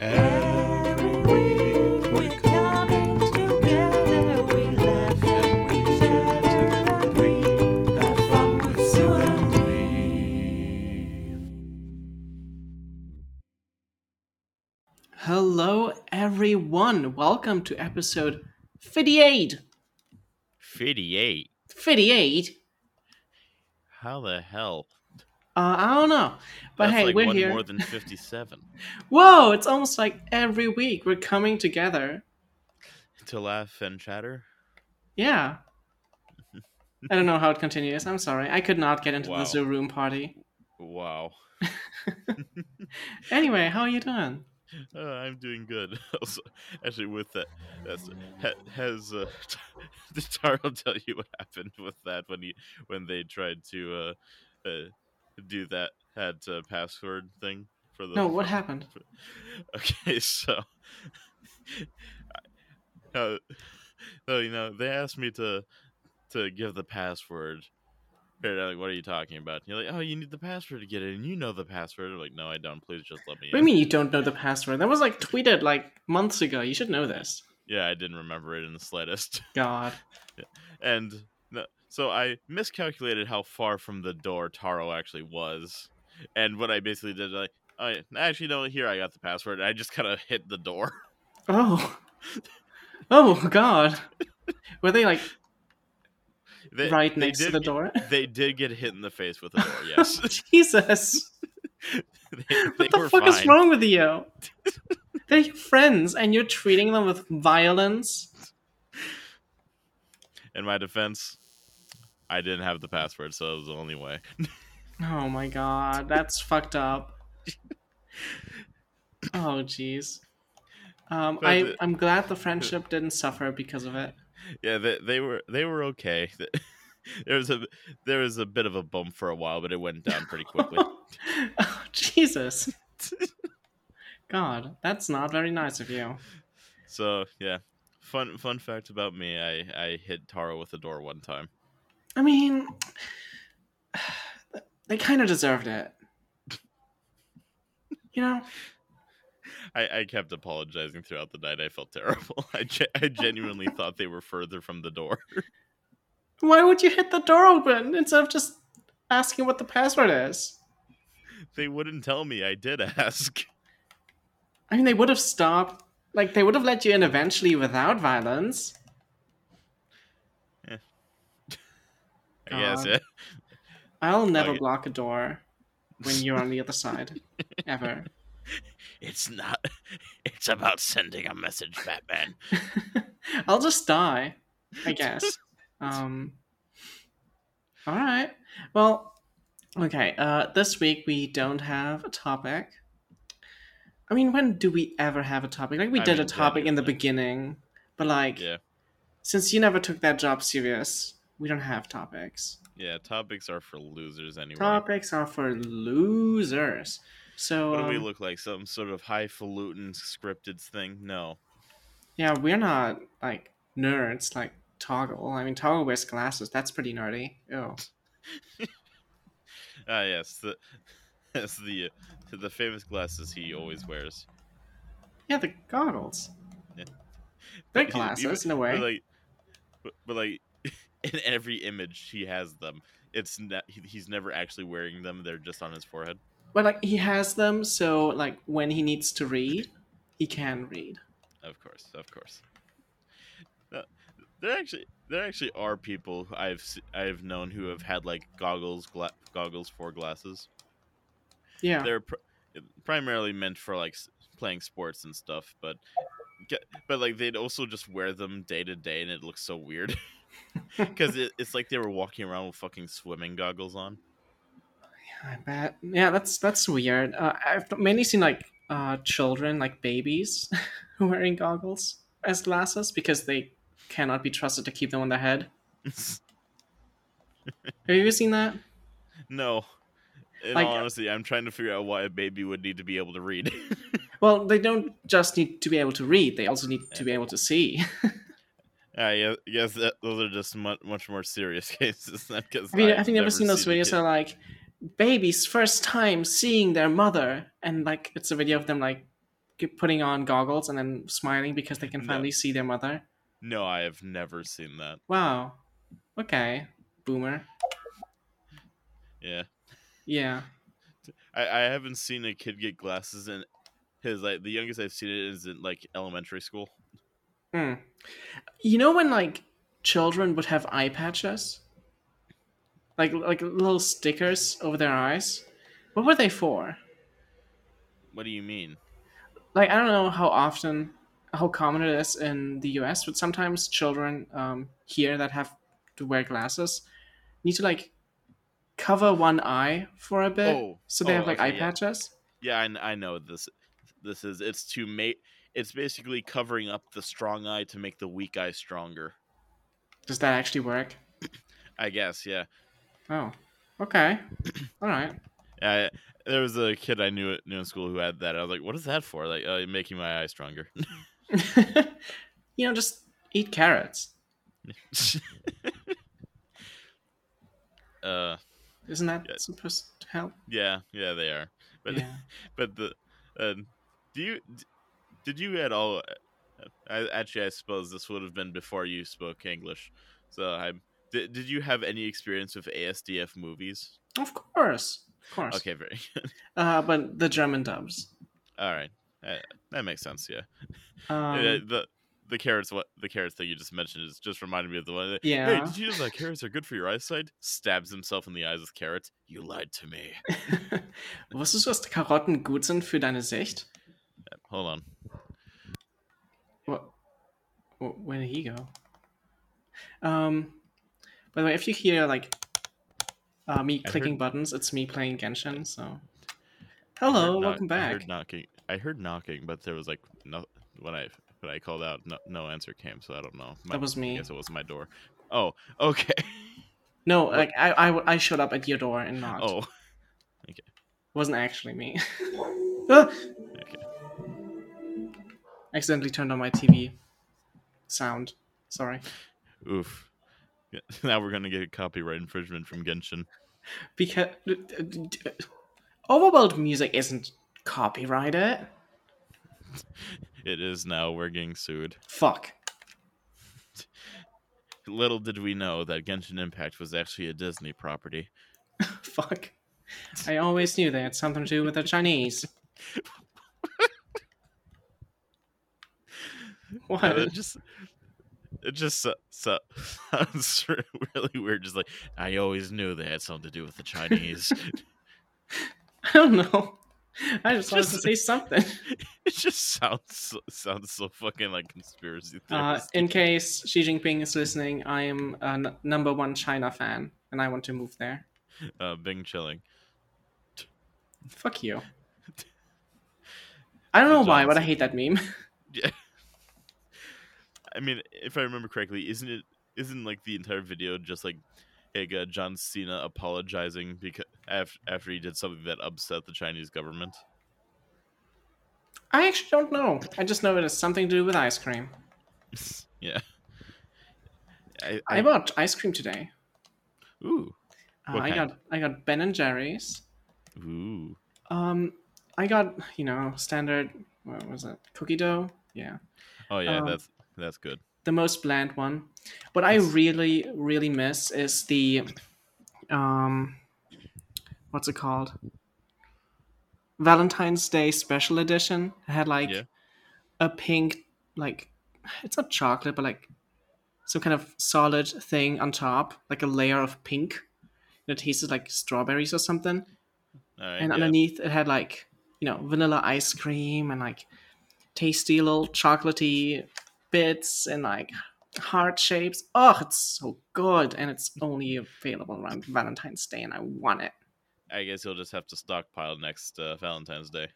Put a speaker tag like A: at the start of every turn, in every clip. A: Every week we come together, we laugh and we chatter and we have fun with Sue and me.
B: Hello, everyone. Welcome to episode 58.
C: 58.
B: 58?
C: How the hell?
B: Uh, I don't know. But
C: That's
B: hey,
C: like
B: we're
C: one
B: here.
C: more than 57
B: Whoa, it's almost like every week we're coming together.
C: to laugh and chatter.
B: Yeah. I don't know how it continues. I'm sorry. I could not get into the
C: Wow.
B: Zoo Room party.
C: Wow.
B: Anyway, how are you doing?
C: Uh, I'm doing good. Also, actually, with that, that's, ha- has uh, did Taro tell you what happened with that when he when they tried to uh, uh, do that had uh, password thing for the
B: No, what happened?
C: Okay, so uh, so you know they asked me to to give the password. And I'm like, what are you talking about? And you're like, oh, you need the password to get in. You know the password. I'm like, no, I don't. Please just let me.
B: What do
C: in.
B: you mean you don't know the password? That was like tweeted like months ago. You should know this.
C: Yeah, I didn't remember it in the slightest.
B: God.
C: And no, so I miscalculated how far from the door Taro actually was. And what I basically did, like, I actually no, here I got the password. And I just kind of hit the door.
B: Oh. Oh, God. Were they like
C: They,
B: right
C: they
B: next to
C: did
B: the
C: get-
B: door?
C: They did get hit in the face with a door. Yes.
B: Jesus.
C: they, they
B: What the
C: were
B: fuck is
C: fine.
B: wrong with you? They're your friends and you're treating them with violence.
C: In my defense, I didn't have the password, so it was the only way.
B: Oh my god, that's fucked up. Oh jeez. Um,
C: But
B: I
C: the-
B: I'm glad the friendship didn't suffer because of it.
C: Yeah, they, they were they were okay. There was a there was a bit of a bump for a while, but it went down pretty quickly.
B: oh Jesus. God, that's not very nice of you.
C: so yeah, fun fun fact about me: I I hit Taro with the door one time.
B: I mean, they kind of deserved it. You know,
C: I, I kept apologizing throughout the night. I felt terrible. I, ge- I genuinely thought they were further from the door.
B: Why would you hit the door open instead of just asking what the password is?
C: They wouldn't tell me. I did ask.
B: I mean, they would have stopped. Like, they would have let you in eventually without violence.
C: I guess.
B: God.
C: Yeah.
B: I'll never
C: Okay.
B: block a door when you're on the other side, ever.
C: It's not. It's about sending a message, Batman.
B: I'll just die, I guess. Um, all right. Well, okay. Uh, this week we don't have a topic. I mean, when do we ever have a topic? Like, we
C: I
B: did a
C: mean,
B: topic in the
C: genuinely.
B: beginning, but like,
C: Yeah,
B: since you never took that job serious, we don't have topics.
C: yeah. Topics are for losers anyway.
B: Topics are for losers. So
C: what do we
B: um,
C: look like? Some sort of highfalutin scripted thing? No.
B: yeah, we're not like nerds like Toggle. I mean, Toggle wears glasses. That's pretty nerdy. Oh,
C: Ah, yes. The, that's the uh, the famous glasses he always wears.
B: yeah, the goggles.
C: Yeah.
B: They're
C: Even-
B: glasses in a
C: But
B: way.
C: like, but, but like, in every image he has them. It's ne- he- he's never actually wearing them. They're just on his forehead.
B: but like he has them, so like when he needs to read, he can read.
C: Of course, of course. No, there actually there actually are people I've se- I've known who have had like goggles gla- goggles for glasses.
B: Yeah,
C: They're pr- primarily meant for like s- playing sports and stuff, but ge- but like they'd also just wear them day to day, and it looks so weird because it, it's like they were walking around with fucking swimming goggles on.
B: I bet. Yeah, that's that's weird. Uh, I've mainly seen like uh, children, like babies, wearing goggles as glasses because they cannot be trusted to keep them on their head. Have you ever seen that?
C: no. In
B: Like- uh
C: all honesty, I'm trying to figure out why a baby would need to be able to read.
B: Well, they don't just need to be able to read; they also need to be able to see.
C: I guess that, those are just mu much more serious cases. Than, cause
B: Have you,
C: I've
B: have you never seen those
C: a
B: videos
C: kid-
B: of like babies first time seeing their mother, and like it's a video of them like g- putting on goggles and then smiling because they can
C: No.
B: finally see their mother.
C: No, I have never seen that.
B: Wow. Okay. Boomer.
C: Yeah.
B: Yeah.
C: I, I haven't seen a kid get glasses in his like the youngest I've seen it is in like elementary school.
B: Hmm. You know when like children would have eye patches, like like little stickers over their eyes. What were they for?
C: What do you mean?
B: Like I don't know how often, how common it is in the U.S., but sometimes children um, here that have to wear glasses need to like cover one eye for a bit,
C: Oh,
B: so they
C: oh,
B: have like
C: okay,
B: eye
C: yeah.
B: patches.
C: Yeah, I, kn- I know what this this is it's to make it's basically covering up the strong eye to make the weak eye stronger.
B: Does that actually work?
C: I guess, yeah.
B: Oh, okay, all right.
C: I, there was a kid I knew at knew in school who had that. I was like, "What is that for?" Like, uh, making my eye stronger.
B: you know, just eat carrots.
C: uh,
B: Isn't that
C: Yeah.
B: supposed to help?
C: yeah, yeah, they are. But
B: yeah.
C: but the uh, do you d- did you at all uh, I, actually i suppose this would have been before you spoke english so i did, did you have any experience with asdf movies
B: Of course. Of course.
C: okay very
B: Uh, but the German dubs.
C: all right uh, that makes sense yeah Uh,
B: Um,
C: the the carrots what the carrots thing you just mentioned is just reminded me of the one that, hey
B: Yeah.
C: did you know that carrots are good for your eyesight stabs himself in the eyes with carrots you lied to me
B: Wusstest du, dass Karotten gut sind für deine Sicht?
C: hold on
B: What? Where did he go? Um, by the way, if you hear like uh, me
C: heard-
B: clicking buttons, it's me playing Genshin. So,
C: I heard
B: hello,
C: knock-
B: welcome
C: I
B: back.
C: heard knocking. I heard knocking, but there was like no when I when I called out, no, no answer came. So I don't know. My-
B: That was
C: I
B: me.
C: guess it was my door. Oh, okay.
B: No, like I, I, I showed up at your door and knocked.
C: Oh,
B: wasn't actually me. Ah!
C: okay.
B: Accidentally turned on my TV sound. Sorry.
C: Oof. Yeah, Now we're gonna get copyright infringement from Genshin.
B: Because overworld music isn't copyrighted.
C: It is now. We're getting sued.
B: Fuck.
C: Little did we know that Genshin Impact was actually a Disney property.
B: Fuck. I always knew they had something to do with the Chinese. What?
C: Yeah, that just it just so, so, sounds really weird. Just like I always knew they had something to do with the Chinese.
B: I don't know. I just wanted to
C: Just-
B: say something.
C: It just sounds so, sounds so fucking like conspiracy
B: Uh,
C: theorist.
B: in case Xi Jinping is listening, I am a n- number one China fan, and I want to move there.
C: Uh, Bing chilling.
B: Fuck you. I don't know
C: Good
B: why,
C: job,
B: but I
C: Xi
B: hate that meme.
C: I mean, if I remember correctly, isn't it isn't like the entire video just like like uh, John Cena apologizing because after, after he did something that upset the Chinese government?
B: I actually don't know. I just know it has something to do with ice cream.
C: yeah. I,
B: I, bought ice cream today.
C: ooh
B: Uh,
C: What
B: I
C: kind?
B: got I got Ben and Jerry's.
C: ooh
B: Um, I got you know standard what was it cookie dough? Yeah,
C: oh yeah
B: Um,
C: that's that's good.
B: the most bland one. What I
C: Yes.
B: really really miss is the, um, what's it called? Valentine's Day special edition. It had like
C: Yeah.
B: a pink like it's not chocolate but like some kind of solid thing on top, like a layer of pink. And it tasted like strawberries or something.
C: All right,
B: and
C: yeah.
B: underneath it had like you know vanilla ice cream and like tasty little chocolatey bits and like heart shapes oh it's so good and it's only available around valentine's day and i want it
C: I guess you'll just have to stockpile next uh, Valentine's Day.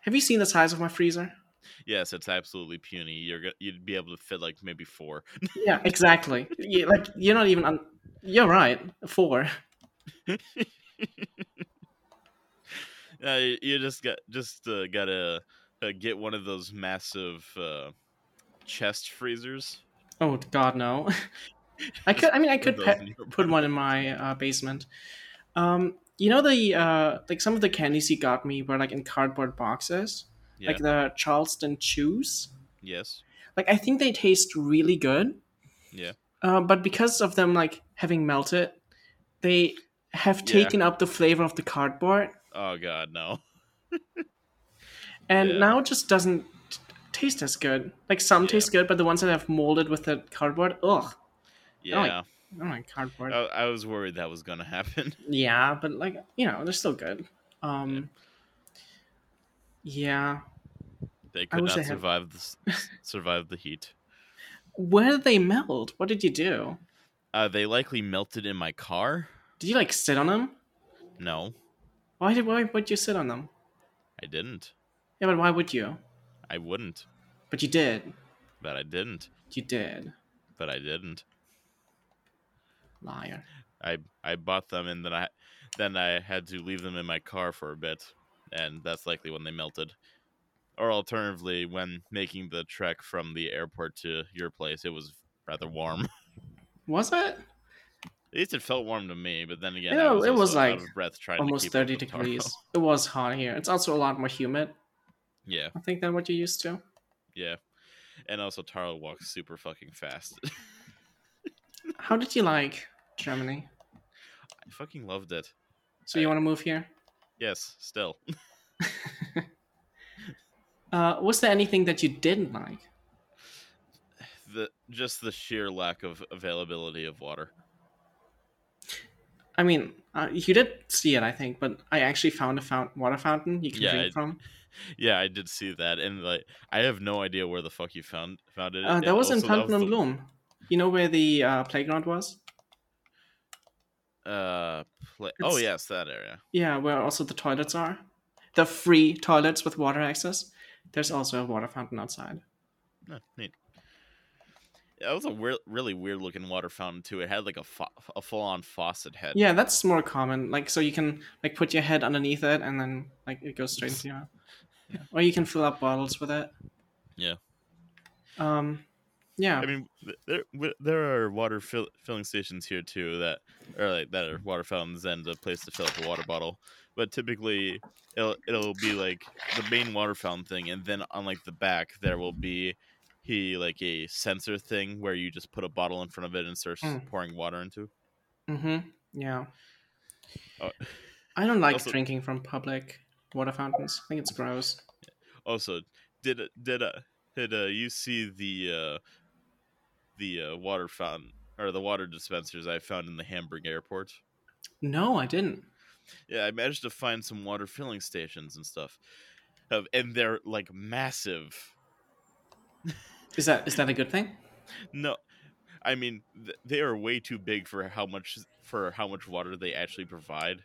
B: have you seen the size of my freezer
C: Yes, it's absolutely puny. You're go- you'd be able to fit like maybe four.
B: yeah exactly you, like you're not even on you're right four
C: Uh, you- you just got just uh, gotta uh, get one of those massive uh, chest freezers.
B: oh god no i could i mean i
C: Put
B: could
C: those
B: pet,
C: in your
B: put
C: apartment.
B: one in my uh, basement. Um, you know the uh, like some of the candies he got me were like in cardboard boxes,
C: Yeah.
B: like the Charleston chews.
C: yes.
B: Like I think they taste really good.
C: Yeah.
B: Uh, but because of them like having melted, they have
C: Yeah.
B: taken up the flavor of the cardboard,
C: Oh god, no.
B: and
C: Yeah.
B: now it just doesn't t- taste as good. Like some
C: Yeah.
B: taste good, but the ones that have molded with the cardboard, ugh, like-
C: Yeah,
B: I don't like cardboard.
C: I, I was worried that was gonna happen.
B: Yeah, but like you know, they're still good. Um, yeah.
C: They
B: I
C: could
B: wish I
C: not
B: had-
C: survive the s- s- survive the heat.
B: Where did they melt? What did you do?
C: Uh, they likely melted in my car.
B: Did you like sit on them?
C: No,
B: Why did why would you sit on them?
C: I didn't.
B: Yeah, but why would you?
C: I wouldn't.
B: But you did.
C: But I didn't.
B: You did.
C: But I didn't.
B: Liar.
C: I I bought them and then I then I had to leave them in my car for a bit, and that's likely when they melted. Or alternatively, when making the trek from the airport to your place, it was rather warm. At
B: Was it
C: least it felt warm to me, but then again,
B: Yeah,
C: I was
B: it was
C: also out
B: like
C: of breath trying to
B: almost
C: keep up
B: thirty
C: with Taro.
B: degrees? It was hot here. It's also a lot more humid,
C: Yeah,
B: I think, than what you used to.
C: yeah, and also Taro walks super fucking fast.
B: How did you like Germany?
C: I fucking loved it.
B: So you
C: I-
B: want to move here?
C: Yes, still.
B: Uh, was there anything that you didn't like?
C: the just the sheer lack of availability of water.
B: I mean, uh, you did see it, I think, but I actually found a fount- water fountain you can
C: Yeah,
B: drink
C: I-
B: from.
C: Yeah, I did see that, and like I have no idea where the fuck you found found it.
B: Uh, that
C: and
B: was in
C: also that was
B: Pantheon
C: the-
B: Bloom. You know where the uh, playground was?
C: Uh, pla- oh
B: It's-
C: yes, that area.
B: Yeah, where also the toilets are. The free toilets with water access. There's also a water fountain outside.
C: No, neat. Yeah, That was a weir- really weird looking water fountain too. It had like a fo- a full on faucet head.
B: Yeah, that's more common. Like, so you can like put your head underneath it, and then like it goes straight into your mouth. Yeah. Or you can fill up bottles with it.
C: Yeah.
B: Um, yeah.
C: I mean, th- there w- there are water fill- filling stations here too that are like that are water fountains and a place to fill up a water bottle. But typically, it'll it'll be like the main water fountain thing, and then on like the back there will be he like a sensor thing where you just put a bottle in front of it and starts
B: Mm.
C: pouring water into.
B: mm-hmm. Yeah.
C: Oh.
B: I don't like
C: Also-
B: drinking from public water fountains. I think it's gross.
C: Also, did did uh, did uh, you see the uh, the uh, water fountain or the water dispensers I found in the Hamburg airport?
B: No, I didn't.
C: Yeah, I managed to find some water filling stations and stuff. Of and they're like massive.
B: Is that is that a good thing?
C: No, I mean th- they are way too big for how much for how much water they actually provide.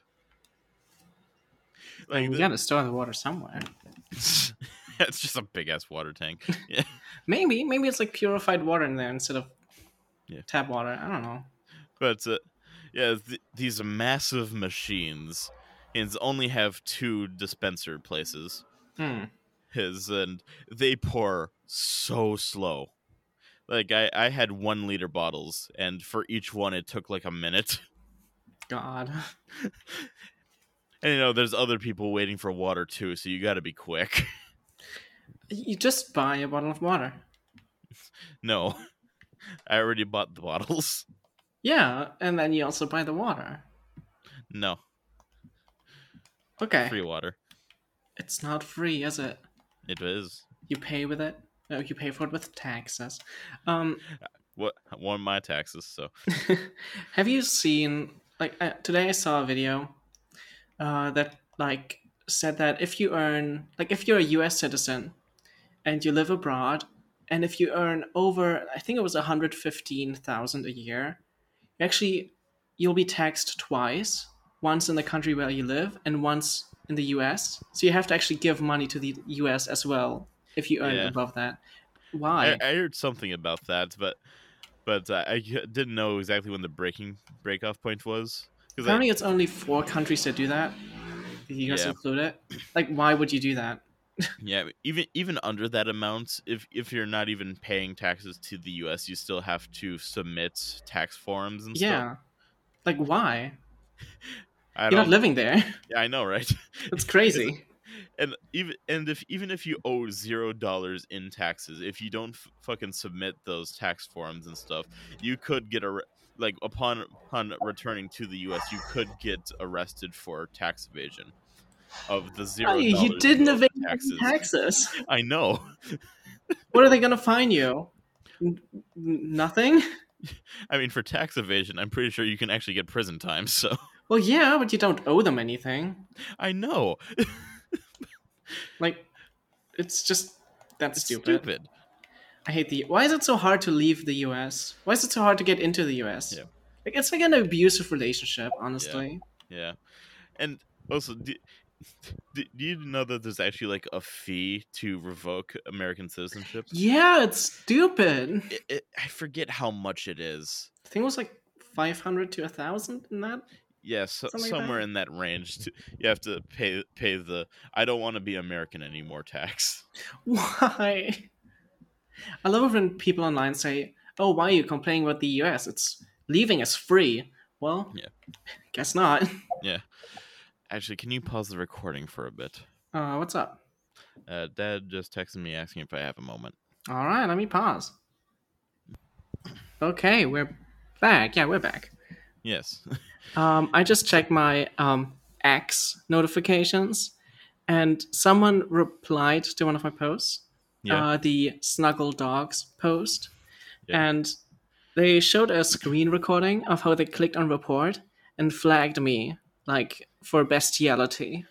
B: Like,
C: Like
B: we
C: the-
B: gotta store the water somewhere.
C: it's just a big ass water tank. Yeah.
B: Maybe, maybe it's like purified water in there instead of
C: Yeah.
B: tap water. I don't know.
C: But uh, yeah, th- these massive machines and only have two dispenser places.
B: Hmm.
C: his and they pour so slow like i i had one liter bottles and for each one it took like a minute
B: God.
C: and you know there's other people waiting for water too so you got to be quick
B: You just buy a bottle of water.
C: no i already bought the bottles
B: Yeah, and then you also buy the water.
C: no
B: Okay.
C: free water
B: It's not free, is it?
C: it is
B: You pay with it. No, you pay for it with taxes. Um,
C: what one of my taxes so
B: have you seen like uh, today I saw a video uh, that like said that if you earn like if you're a U.S. citizen and you live abroad and if you earn over I think it was 115,000 a year, you actually you'll be taxed twice, once in the country where you live and once in the U.S. So you have to actually give money to the U.S. as well if you earn
C: Yeah.
B: above that.
C: I,
B: Why?
C: I heard something about that but but uh, i c- didn't know exactly when the breaking break off point was 'Cause I-
B: Apparently, it's only four countries that do that. The U.S.
C: Yeah.
B: include it. Like, why would you do that?
C: Yeah, but even even under that amount, if if you're not even paying taxes to the U.S., you still have to submit tax forms and stuff.
B: Yeah. Like, why?
C: I
B: You're
C: don't.
B: not living there.
C: I know, right?
B: That's crazy.
C: and even and if even if you owe zero dollars in taxes, if you don't f- fucking submit those tax forms and stuff, you could get a like upon upon returning to the U.S., you could get arrested for tax evasion of the zero.
B: Oh, you
C: dollars
B: didn't
C: you owe in
B: evade
C: taxes.
B: taxes.
C: I know.
B: What are they going to fine you? N- n- nothing?
C: I mean, for tax evasion, I'm pretty sure you can actually get prison time. So
B: Well, yeah, but you don't owe them anything.
C: I know
B: Like, it's just that's
C: it's
B: stupid.
C: stupid.
B: I hate the. Why is it so hard to leave the U.S.? Why is it so hard to get into the U.S.?
C: Yeah.
B: Like it's like an abusive relationship, honestly.
C: Yeah, and also, do, do, do you know that there's actually like a fee to revoke American citizenship?
B: Yeah, it's stupid.
C: It, it, I forget how much it is.
B: I think it was like five hundred to a thousand in that.
C: Yeah, so,
B: Something like
C: somewhere
B: that.
C: in that range. To, you have to pay pay the I don't want to be American anymore tax.
B: Why? I love it when people online say, "Oh, why are you complaining about the U.S.? It's leaving is free." Well,
C: Yeah.
B: guess not.
C: Actually, can you pause the recording for a bit?
B: Uh, what's up?
C: Uh, Dad just texted me asking if I have a moment.
B: All right, let me pause. Okay, we're back. Yeah, we're back.
C: Yes.
B: Um, I just checked my um, X notifications, and someone replied to one of my posts,
C: yeah.
B: uh, the Snuggle Dogs post,
C: Yeah.
B: and they showed a screen recording of how they clicked on report and flagged me like for bestiality,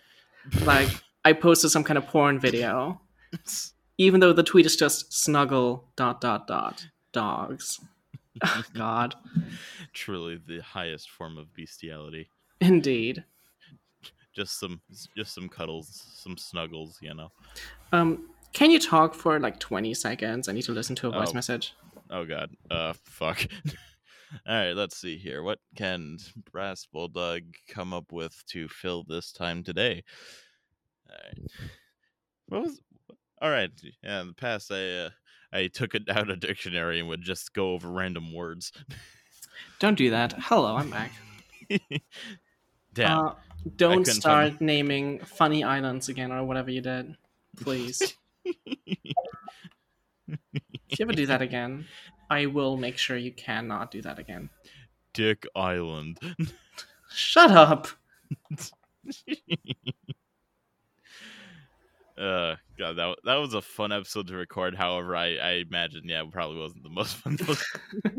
B: like I posted some kind of porn video, even though the tweet is just Snuggle dot dot dot dogs. Ugh, God,
C: Truly the highest form of bestiality.
B: indeed.
C: Just some just some cuddles, some snuggles, you know.
B: Um, can you talk for like 20 seconds? I need to listen to a voice
C: Oh.
B: message.
C: Oh god. Uh fuck. All right, let's see here. What can Brass Bulldog come up with to fill this time today? All right. What was All right. Yeah, in the past I uh, I took it out a dictionary and would just go over random words.
B: Don't do that. Hello, I'm back.
C: Damn.
B: Uh, don't
C: couldn't
B: start
C: find
B: naming funny islands again or whatever you did. Please. if you ever do that again, I will make sure you cannot do that again.
C: Dick Island.
B: Shut up.
C: Uh, God, that wa- that was a fun episode to record. However, I I imagine, yeah, it probably wasn't the most fun.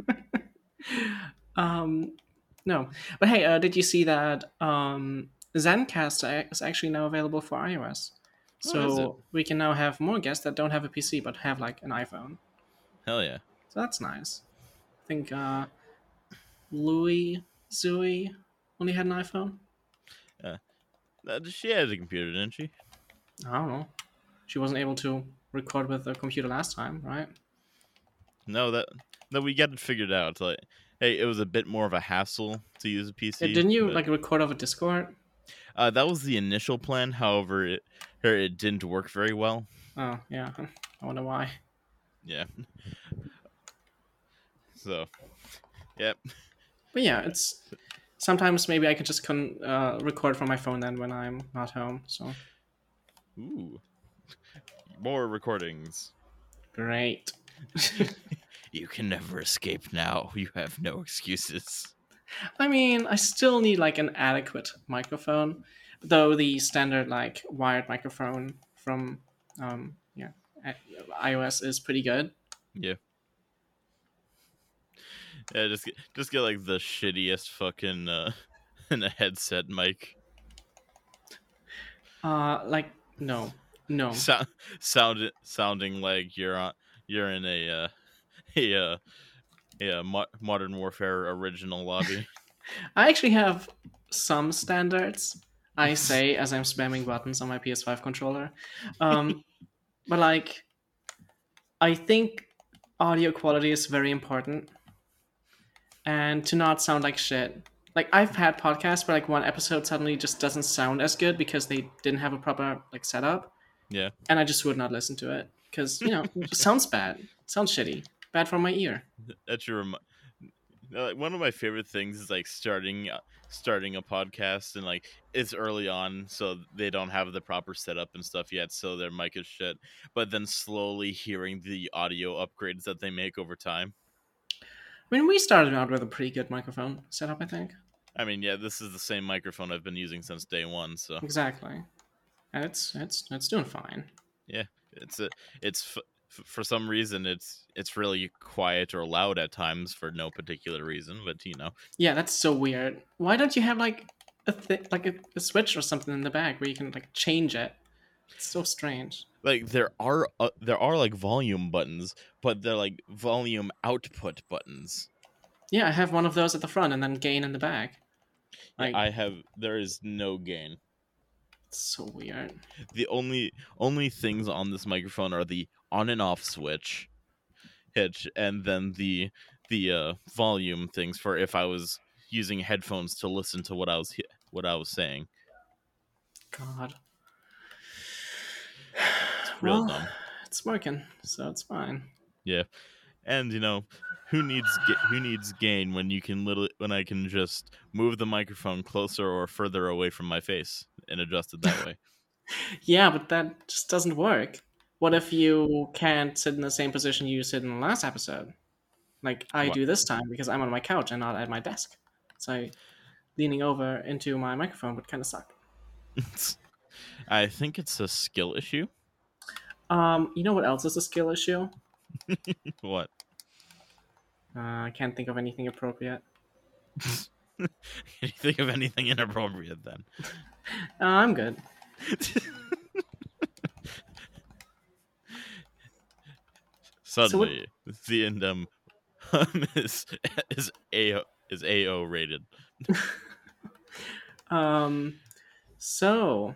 B: Um, no. But hey, uh, did you see that um, Zencast is actually now available for iOS?
C: Oh, is
B: So we can now have more guests that don't have a PC but have like an iPhone.
C: Hell yeah,
B: So that's nice. I think uh, Louis Zui only had an iPhone.
C: Uh, she had a computer, didn't she?
B: I don't know. She wasn't able to record with a computer last time, right?
C: No, that no, we got it figured out. Like, hey, it was a bit more of a hassle to use a PC.
B: Yeah, Eh, didn't you
C: but,
B: like record over Discord?
C: Uh, that was the initial plan. However, it her it didn't work very well.
B: Oh yeah. I wonder why.
C: Yeah. So, yep.
B: But yeah, it's sometimes maybe I can just con- uh, record from my phone then when I'm not home. So
C: Ooh, more recordings.
B: great.
C: You can never escape now. You have no excuses.
B: I mean, I still need like an adequate microphone, though the standard like wired microphone from um yeah a- iOS is pretty good.
C: Yeah, just get, just get like the shittiest fucking uh, and a headset mic.
B: Uh, like no, no,
C: Sound, sound sounding like you're on you're in a uh, a uh, a uh, Mo- Modern Warfare original lobby.
B: I actually have some standards. I say as I'm spamming buttons on my PS5 controller, um, but like I think audio quality is very important, and to not sound like shit. Like I've had podcasts where like one episode suddenly just doesn't sound as good because they didn't have a proper like setup.
C: Yeah.
B: and I just would not listen to it because you know it sounds bad, sounds shitty, bad for my ear.
C: That's your remi- No, like, one of my favorite things is like starting uh, starting a podcast and like it's early on so they don't have the proper setup and stuff yet so their mic is shit but then slowly hearing the audio upgrades that they make over time
B: I mean, we started out with a pretty good microphone setup, I think.
C: i mean yeah this is the same microphone i've been using since day one so
B: Exactly, and it's it's it's doing fine.
C: it's a, it's f- f- for some reason it's it's really quiet or loud at times for no particular reason but you know
B: Yeah, that's so weird. Why don't you have like a thi- like a, a switch or something in the back where you can like change it? It's so strange.
C: like there are uh, there are like volume buttons but they're like volume output buttons
B: Yeah, I have one of those at the front and then gain in the back. Like
C: I have there is no gain.
B: it's so weird.
C: The only only things on this microphone are the on and off switch hitch and then the the uh volume things for if I was using headphones to listen to what I was he- what I was saying.
B: God. Well,
C: Real dumb.
B: It's working, so it's fine.
C: And you know, who needs ga- who needs gain when you can little when I can just move the microphone closer or further away from my face and adjust it that way.
B: Yeah, but that just doesn't work. What if you can't sit in the same position you sit in the last episode? Like I
C: What?
B: do this time because I'm on my couch and not at my desk. So leaning over into my microphone would kind of suck.
C: I think it's a skill issue.
B: Um, you know what else is a skill issue?
C: What?
B: Uh, I can't think of anything appropriate.
C: Can you think of anything inappropriate then?
B: Uh, I'm good.
C: Suddenly, the endem is is AO is AO rated.
B: Um, so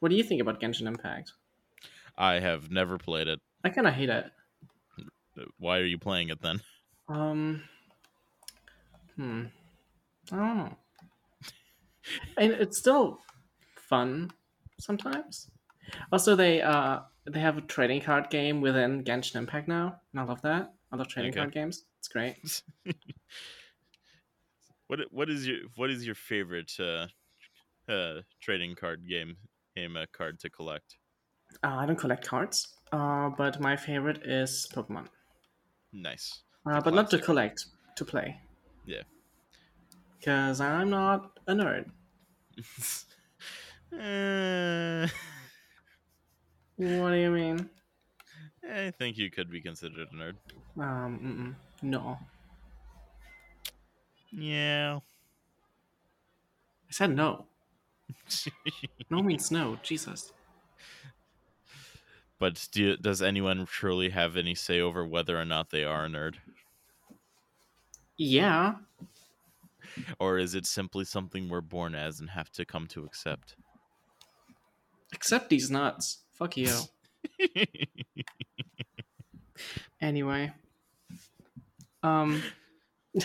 B: what do you think about Genshin Impact?
C: I have never played it.
B: I kind of hate it.
C: Why are you playing it then?
B: Um. Hmm. I don't know. And it's still fun sometimes. Also, they uh they have a trading card game within Genshin Impact now, and I love that. I love trading
C: Okay.
B: card games. It's great.
C: What what is your what is your favorite uh, uh, trading card game game uh, card to collect?
B: Uh, I don't collect cards, uh, but my favorite is Pokemon.
C: Nice.
B: Uh, but not to collect, to play.
C: Yeah.
B: Because I'm not a nerd.
C: Uh,
B: What do you mean?
C: I think you could be considered a nerd.
B: Um, mm-mm. no.
C: Yeah.
B: I said no. No means no. Jesus.
C: But do, does anyone truly have any say over whether or not they are a nerd?
B: Yeah.
C: Or is it simply something we're born as and have to come to accept?
B: Except these nuts. Fuck you. anyway. Um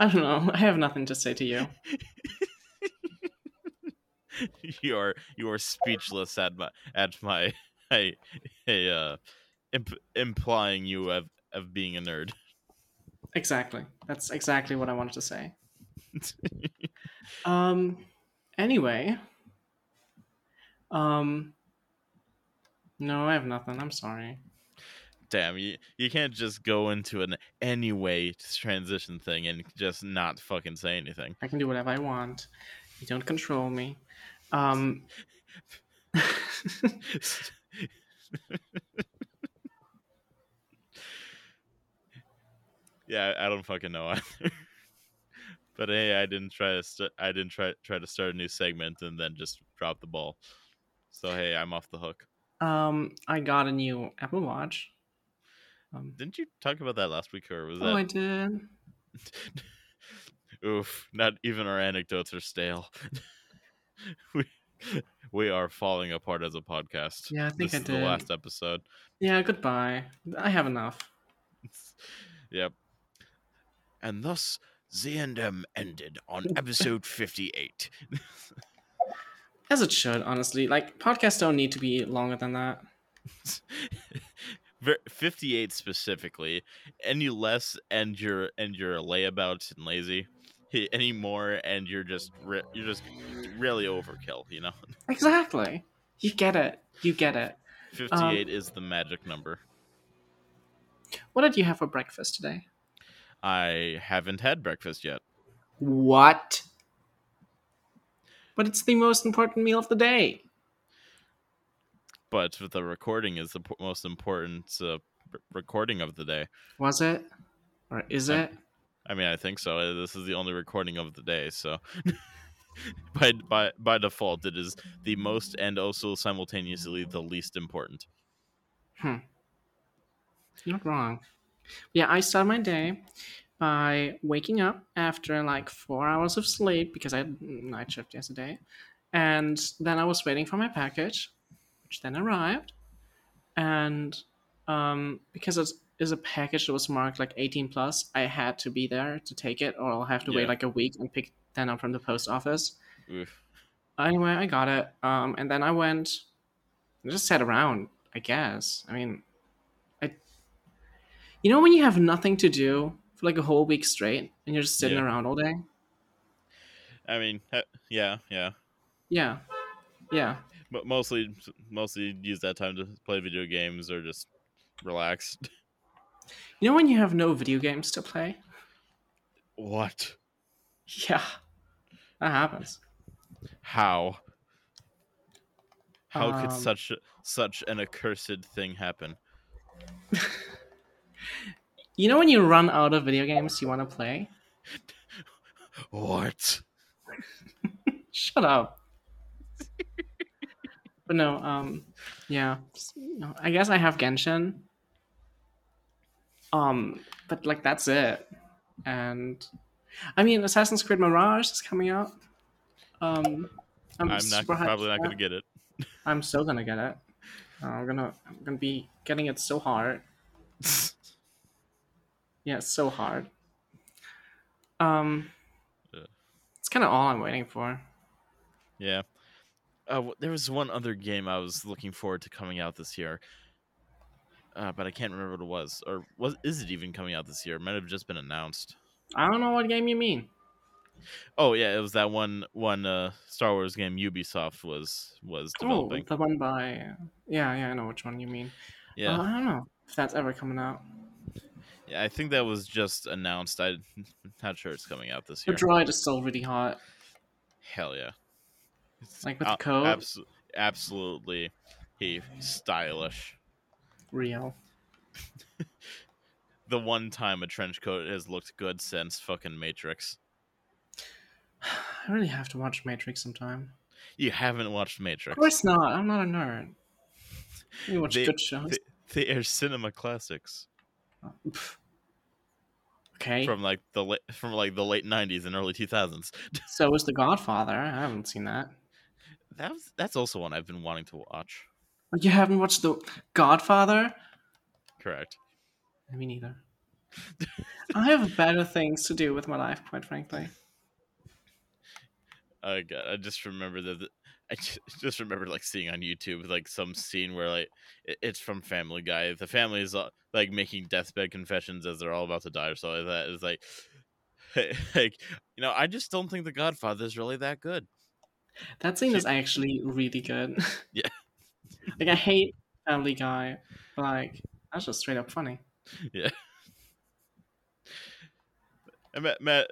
B: I don't know. I have nothing to say to you.
C: you are you are speechless at my at my I, I, uh, imp- implying you of of being a nerd.
B: Exactly. That's exactly what I wanted to say. Um anyway. Um No, I have nothing. I'm sorry.
C: Damn, you you can't just go into an anyway transition thing and just not fucking say anything.
B: I can do whatever I want. You don't control me. Um
C: yeah, I I don't fucking know either. but hey, I didn't try to st- I didn't try try to start a new segment and then just drop the ball. So hey, I'm off the hook.
B: um I got a new Apple Watch. Um,
C: Didn't you talk about that last week or was
B: oh, I
C: that
B: did.
C: oof? Not even our anecdotes are stale. we we are falling apart as a podcast.
B: Yeah, I think
C: this
B: I
C: is
B: did.
C: the last episode.
B: Yeah, goodbye. I have enough.
C: Yep. And thus, the endem ended on episode 58.
B: As it should, honestly. Like podcasts don't need to be longer than that.
C: ver- 58 specifically any less and you're and you're a layabout and lazy Hey, any more and you're just re- you're just really overkill you know
B: Um Exactly. You get it. You get it.
C: 58 is the magic number
B: What did you have for breakfast today?
C: i haven't had breakfast yet
B: What? But it's the most important meal of the day.
C: but the recording is the p- most important uh, r- recording of the day
B: Was it? Or is
C: Um,
B: it?
C: I mean, I think so. Uh, This is the only recording of the day, so by by by default, it is the most and also simultaneously the least important.
B: You're not wrong. Yeah, I start my day by waking up after like four hours of sleep because I had night shift yesterday. And then I was waiting for my package, which then arrived. And um, because it is a package that was marked like 18 plus, I had to be there to take it, or I'll have to
C: Yeah.
B: wait like a week and pick that up from the post office.
C: Oof.
B: Anyway, I got it. Um, and then I went, I just sat around. I guess. I mean, I. You know when you have nothing to do for like a whole week straight, and you're just sitting
C: Yeah.
B: around all day.
C: I mean, uh, yeah, yeah.
B: Yeah, yeah,
C: But mostly, mostly use that time to play video games or just relax.
B: You know when you have no video games to play?
C: What?
B: Yeah, that happens.
C: How? How could
B: Um,
C: such such an accursed thing happen?
B: You know when you run out of video games you want to play?
C: What?
B: Shut up. but no, um, yeah, No, I guess I have Genshin. Um, but like that's it. And I mean, Assassin's Creed Mirage is coming out. Um, I'm,
C: I'm not
B: super hyped
C: probably
B: for
C: not going
B: that.
C: to get it.
B: I'm still gonna get it. Uh, I'm gonna I'm gonna be getting it so hard. Yeah, it's so hard. Um,
C: Yeah.
B: it's kind of all I'm waiting for.
C: Yeah. Uh, w- there was one other game I was looking forward to coming out this year, uh, but I can't remember what it was, or was is it even coming out this year? It might have just been announced.
B: I don't know what game you mean.
C: Oh yeah, it was that one one uh, Star Wars game Ubisoft was was developing.
B: Oh, the one by yeah, yeah, I know which one you mean.
C: yeah,
B: Uh, I don't know if that's ever coming out.
C: yeah, I think that was just announced. I'm not sure it's coming out this
B: The
C: year.
B: droid is still really hot.
C: Hell yeah! It's
B: Like with
C: a-
B: code?
C: abso- absolutely, he stylish.
B: Real.
C: The one time a trench coat has looked good since fucking Matrix.
B: I really have to watch Matrix sometime.
C: You haven't watched
B: Of
C: Matrix.
B: course not. I'm not a nerd. We watch
C: They-
B: good shows.
C: They are cinema classics
B: Pff. okay,
C: from like the late from like the late '90s and early 2000s.
B: so is The Godfather. I haven't seen that.
C: That's that's also one I've been wanting to watch.
B: But You haven't watched The Godfather?
C: Correct.
B: Me neither. I have better things to do with my life, quite frankly.
C: I got- I just remember that. The, I ju- just remember like seeing on YouTube like some scene where like it- it's from Family Guy. The family is uh, like making deathbed confessions as they're all about to die or something like that. It's like, like you know, I just don't think The Godfather is really that good.
B: That scene is actually really good.
C: Yeah.
B: like I hate Family Guy. but, Like that's just straight up funny.
C: Ima- ma-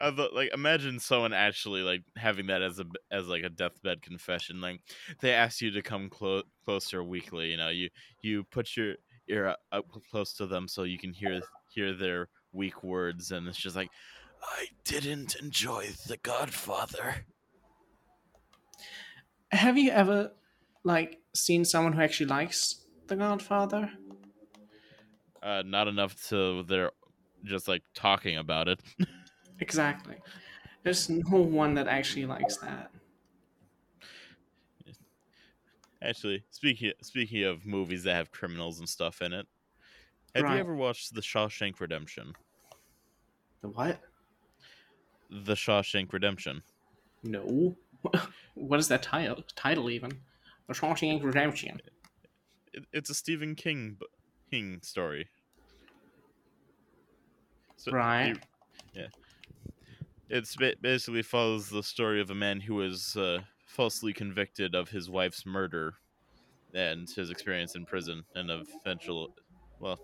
C: I thought, like imagine someone actually like having that as a b- as like a deathbed confession. Like they ask you to come clo- closer weekly. You know, you you put your ear up- up close to them so you can hear hear their weak words, and it's just like, I didn't enjoy The Godfather.
B: Have you ever like seen someone who actually likes The Godfather?
C: Uh, not enough to they're just like talking about it.
B: Exactly. There's no one that actually likes that.
C: Actually, speaking speaking of movies that have criminals and stuff in it, have
B: Right.
C: you ever watched The Shawshank Redemption?
B: The what?
C: The Shawshank Redemption.
B: No. what is that title? Title even? The Shawshank Redemption.
C: It, it's a Stephen King. b- Hing story. So
B: Right.
C: you- yeah. It's ba- basically follows the story of a man who was uh, falsely convicted of his wife's murder and his experience in prison and eventual well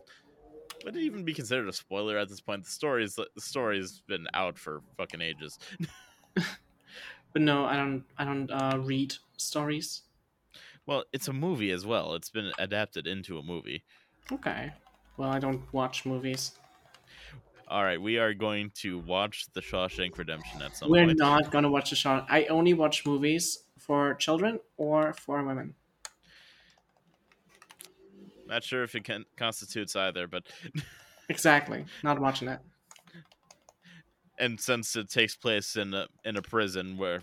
C: would it even be considered a spoiler at this point the story is the story's been out for fucking ages
B: But no, I don't. I don't uh, read stories.
C: well it's a movie as well it's been adapted into a movie
B: Okay. Well, I don't watch movies.
C: all right we are going to watch the shawshank redemption at some
B: We're
C: point
B: not gonna watch the show. I only watch movies for children or for women.
C: not sure if it can, constitutes either but
B: Exactly. Not watching it.
C: and since it takes place in a in a prison where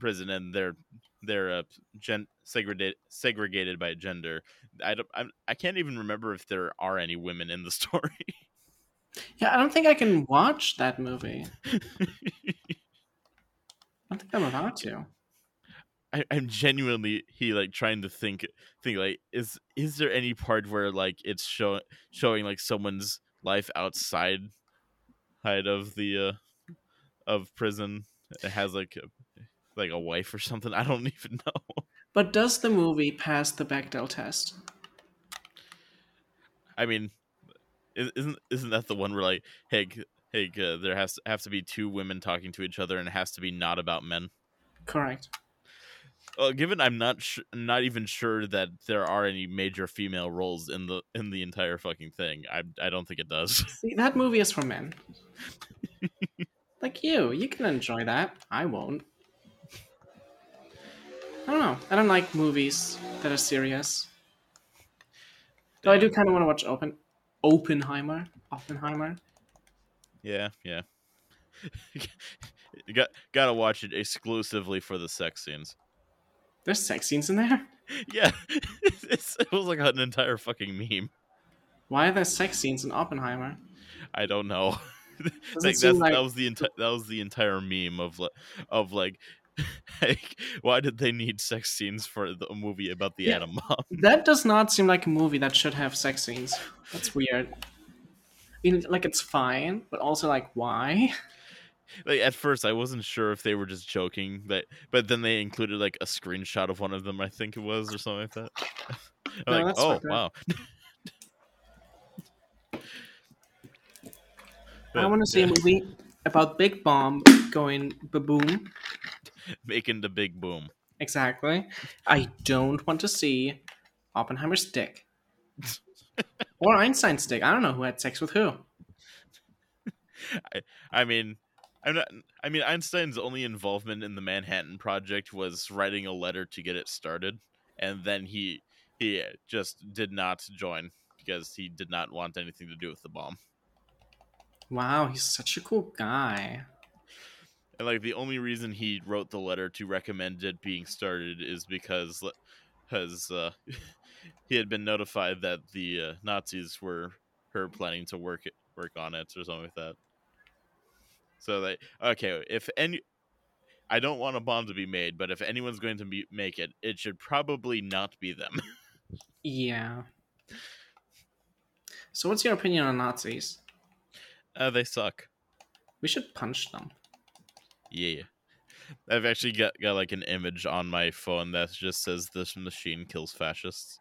C: prison and they're they're uh, gen- segregated segregated by gender i don't I'm, i can't even remember if there are any women in the story
B: Yeah, I don't think I can watch that movie. I don't think I'm allowed to.
C: I, i'm genuinely he like trying to think think like is is there any part where like it's showing showing like someone's life outside outside of the uh of prison it has like a, like a wife or something i don't even know
B: But does the movie pass the Bechdel test?
C: I mean, i- isn't isn't that the one where like, hey, c- hey, c- uh, there has to have to be two women talking to each other, and it has to be not about men.
B: Correct.
C: Well, uh, given I'm not sh- not even sure that there are any major female roles in the in the entire fucking thing, I I don't think it does.
B: See, that movie is for men. like you, you can enjoy that. I won't. I don't know. I don't like movies that are serious. Though I do kind of want to watch Open Oppenheimer. Oppenheimer.
C: Yeah, yeah. you got gotta watch it exclusively for the sex scenes.
B: There's sex scenes in there.
C: Yeah, it's, it was like an entire fucking meme.
B: Why are there sex scenes in Oppenheimer?
C: I don't know.
B: Doesn't
C: like,
B: seem
C: that's,
B: like-
C: that was the entire that was the entire meme of li- of like, like, why did they need sex scenes for the a movie about the
B: Yeah.
C: atom bomb?
B: That does not seem like a movie that should have sex scenes. That's weird. I mean, like it's fine, but also like why?
C: Like at first I wasn't sure if they were just joking, but but then they included like a screenshot of one of them, I think it was, or something like that.
B: No,
C: I'm like,
B: that's
C: oh
B: fucked up.
C: wow,
B: I
C: Uh,
B: want to see a
C: yeah.
B: movie about Big Bomb going baboom.
C: making the big boom.
B: Exactly. I don't want to see Oppenheimer's dick. or Einstein's dick. I don't know who had sex with who.
C: I mean, I'm not. I mean, Einstein's only involvement in the Manhattan Project was writing a letter to get it started, and then he he uh, just did not join because he did not want anything to do with the bomb.
B: Wow, he's such a cool guy.
C: And like the only reason he wrote the letter to recommend it being started is because because uh, he had been notified that the uh, Nazis were her planning to work it, work on it or something like that. So they okay if any. I don't want a bomb to be made, but if anyone's going to be, make it, it should probably not be them.
B: Yeah. So, what's your opinion on Nazis?
C: Uh, they suck.
B: We should punch them.
C: Yeah. I've actually got, got like an image on my phone that just says this machine kills fascists.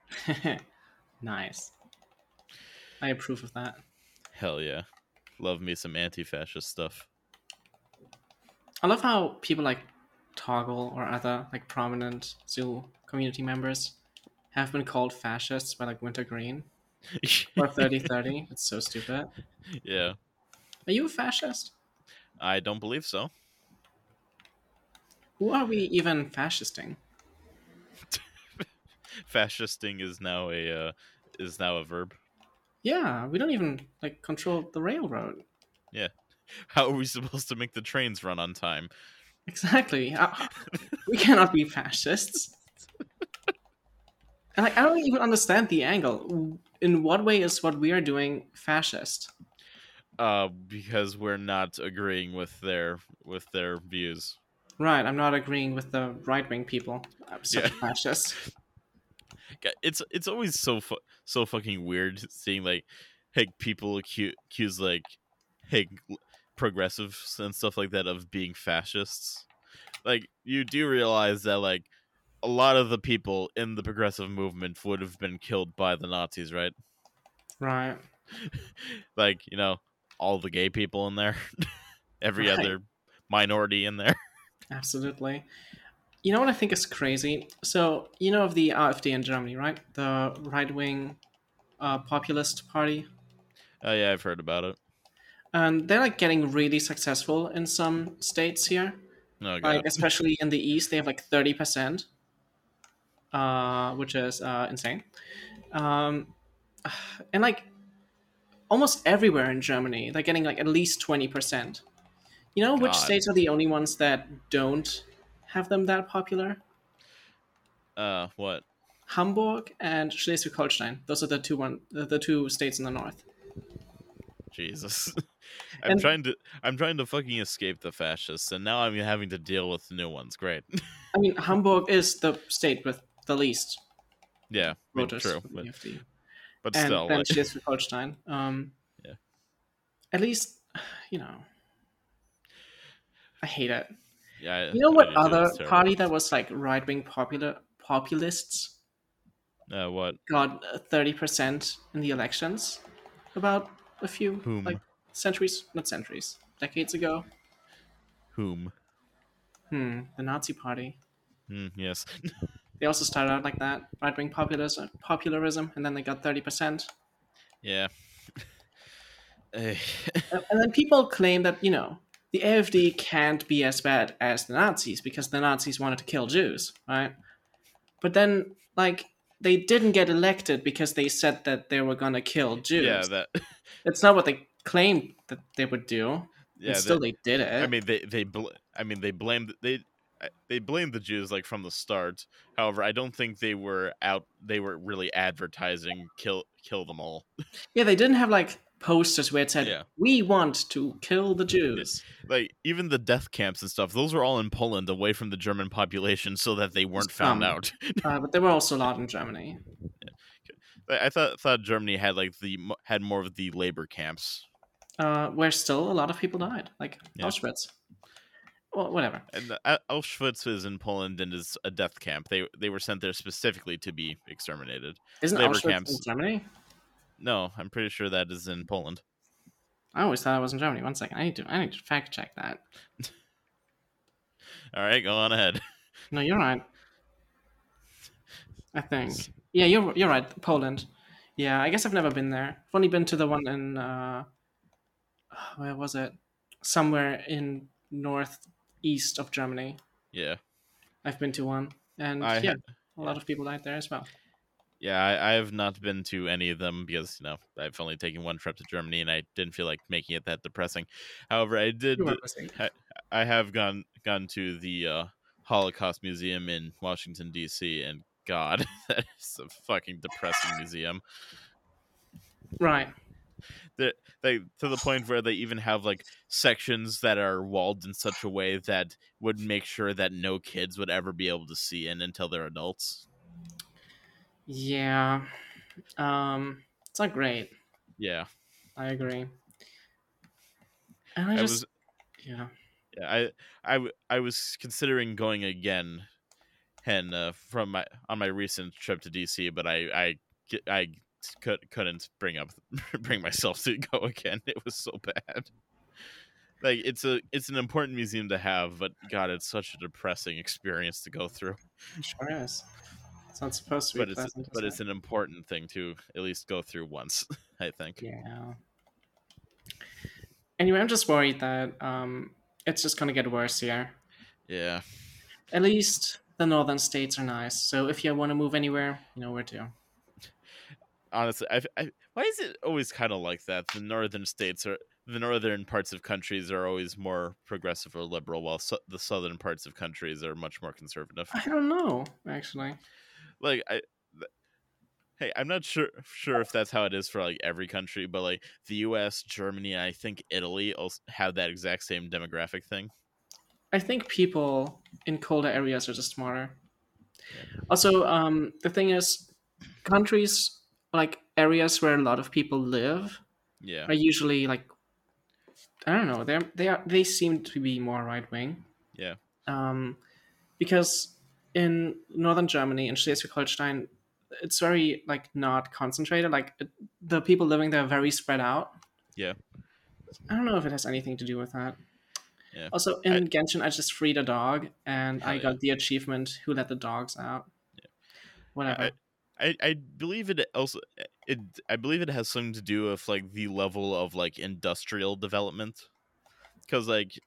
B: nice. I approve of that.
C: Hell yeah. Love me some anti fascist stuff.
B: I love how people like Toggle or other like prominent Zulu community members have been called fascists by like Wintergreen or 3030. it's so stupid.
C: yeah.
B: Are you a fascist?
C: I don't believe so.
B: Who are we even fascisting?
C: Fascisting is now a uh, is now a verb.
B: Yeah, we don't even like control the railroad.
C: How are we supposed to make the trains run on time?
B: Exactly. Uh, we cannot be fascists. And like, I don't even understand the angle. In what way is what we are doing fascist?
C: Uh because we're not agreeing with their with their views.
B: Right, I'm not agreeing with the right wing people. I'm such a
C: Yeah.
B: fascist.
C: God, it's it's always so fu- so fucking weird seeing like like people accu- accuse like like l- progressives and stuff like that of being fascists. Like you do realize that like a lot of the people in the progressive movement would have been killed by the Nazis, right?
B: Right.
C: like you know all the gay people in there, every
B: Right.
C: other minority in there.
B: Absolutely. You know what I think is crazy? So, you know of the AfD in Germany, right? The right wing uh, populist party.
C: Oh yeah, I've heard about it.
B: And they're like getting really successful in some states here.
C: Oh god,
B: Like, especially in the East, they have like 30%, uh, which is uh, insane. Um, and like almost everywhere in Germany, they're getting like at least 20%. You know which
C: God.
B: states are the only ones that don't have them that popular?
C: uh, what?
B: Hamburg and Schleswig-Holstein. Those are the two one the, the two states in the north.
C: Jesus. I'm
B: And-
C: trying to I'm trying to fucking escape the fascists and now I'm having to deal with new ones. Great.
B: I mean, Hamburg is the state with the least
C: yeah. I mean,
B: voters.
C: true.
B: for the
C: But,
B: AfD.
C: but
B: and
C: still
B: then
C: like,
B: Schleswig-Holstein. Um,
C: Yeah.
B: At least, you know, I hate it.
C: yeah, I-
B: You know
C: I
B: what
C: do too,
B: other
C: it's terrible.
B: party that was like right-wing popular populists
C: uh, what?
B: got thirty percent in the elections about a few
C: Whom?
B: like centuries, not centuries, decades ago.
C: Whom?
B: Hmm, the Nazi Party.
C: Mm, yes.
B: they also started out like that right wing populism, popularism, and then they got 30%.
C: yeah. Eh,
B: And and then people claim that, you know, the AFD can't be as bad as the Nazis because the Nazis wanted to kill Jews, right? But then, like, they didn't get elected because they said that they were going to kill Jews.
C: yeah, that
B: That's not what they claimed that they would do.
C: yeah,
B: and
C: that-
B: still, they did it.
C: I mean they they bl- I mean they blamed they I- they blamed the Jews like from the start. However, I don't think they were out they were really advertising kill kill them all.
B: yeah, they didn't have, like, posters where it said,
C: Yeah.
B: we want to kill the Jews.
C: like even the death camps and stuff those were all in poland away from the german population so that they weren't found
B: Some.
C: out
B: Uh, but there were also a lot in Germany.
C: i I thought thought germany had like the mo- had more of the labor camps
B: uh, where still a lot of people died, like
C: Yeah.
B: Auschwitz. Well, whatever.
C: and the- Au- auschwitz is in poland and is a death camp they they were sent there specifically to be exterminated
B: Isn't
C: Labor
B: Auschwitz in
C: camps.
B: Germany?
C: no i'm pretty sure that is in poland
B: I always thought it was in Germany. One second, I need to, I need to fact check that.
C: all right go on ahead
B: No, you're right. I think. Yeah, you're you're right. Poland. Yeah, I guess I've never been there. I've only been to the one in uh, where was it? Somewhere in northeast of Germany.
C: yeah
B: I've been to one, and
C: I
B: yeah, a
C: ha-
B: lot of people died there as well.
C: yeah I, I have not been to any of them because you know i've only taken one trip to germany and i didn't feel like making it that depressing however i did
B: You were missing.
C: I have gone gone to the uh, Holocaust Museum in Washington D.C. and God, that is a fucking depressing museum.
B: Right.
C: They to the point where they even have like sections that are walled in such a way that would make sure that no kids would ever be able to see in until they're adults.
B: Yeah. Um, it's not great.
C: Yeah,
B: I agree. And I
C: I
B: just
C: was
B: yeah.
C: yeah, I I w- I was considering going again, and uh, from my on my recent trip to DC, but I I c- I could, couldn't bring up bring myself to go again. It was so bad. Like it's a it's an important museum to have, but God, it's such a depressing experience to go through.
B: It sure is. It's not supposed to be
C: But it's
B: pleasant,
C: but
B: is
C: it's an important thing to at least go through once. I think.
B: it? yeah. Anyway, I'm just worried that um it's just gonna get worse here.
C: Yeah.
B: At least the northern states are nice. So if you want to move anywhere, you know where to.
C: honestly I've, I, why is it always kind of like that the northern states are the northern parts of countries are always more progressive or liberal while so, the southern parts of countries are much more conservative
B: I don't know, actually.
C: like i th- hey i'm not sure sure if that's how it is for like every country but like the us germany and i think italy also have that exact same demographic thing
B: I think people in colder areas are just smarter. Also, um, the thing is, countries like areas where a lot of people live
C: Yeah.
B: are usually like I don't know. They're they are they seem to be more right wing.
C: Yeah.
B: Um, because in northern Germany in Schleswig-Holstein, it's very like not concentrated. Like it, the people living there are very spread out.
C: Yeah.
B: I don't know if it has anything to do with that.
C: Yeah.
B: Also, in Genshin, I just freed a dog, and I
C: Hell
B: got the achievement "Who let the dogs out?" Whatever.
C: I- I, I believe it also eh, it I believe it has something to do with like the level of like industrial development because like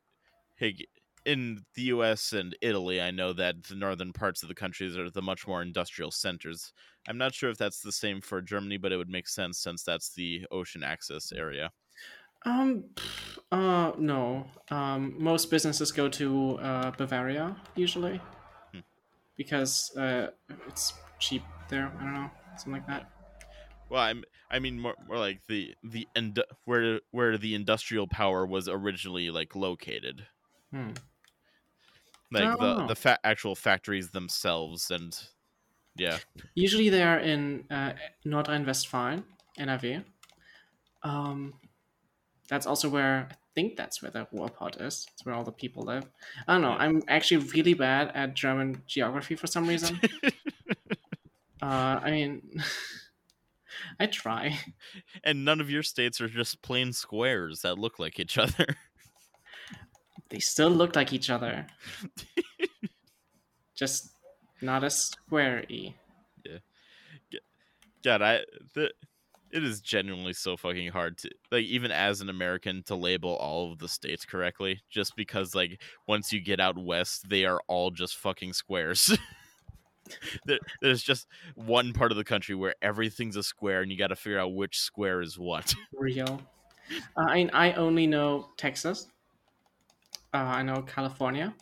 C: hey, in the U.S. and Italy, I know that the northern parts of the countries are the much more industrial centers. I'm not sure if that's the same for Germany, but it would make sense since that's the ocean access area.
B: Um, pff, uh, no. Um, most businesses go to uh, Bavaria usually
C: Hmm.
B: because uh, it's cheap there. I don't know, something like that.
C: Well, I'm I mean more, more like the the ind- where where the industrial power was originally like located.
B: Hmm.
C: like the
B: Oh.
C: the fa- actual factories themselves and yeah
B: Usually they are in uh, Nordrhein-Westfalen, NRW. Um, that's also where I think that's where the Ruhrpott is. It's where all the people live. I don't know.
C: Yeah.
B: I'm actually really bad at German geography for some reason. uh, I mean, I try.
C: and none of your states are just plain squares that look like each other
B: They still look like each other. Just not E, as squarey.
C: god i the, it is genuinely so fucking hard to like even as an american to label all of the states correctly just because like once you get out west they are all just fucking squares there, there's just one part of the country where everything's a square and you got to figure out which square is what
B: Real. Uh, I mean, I only know Texas. Uh, I know California.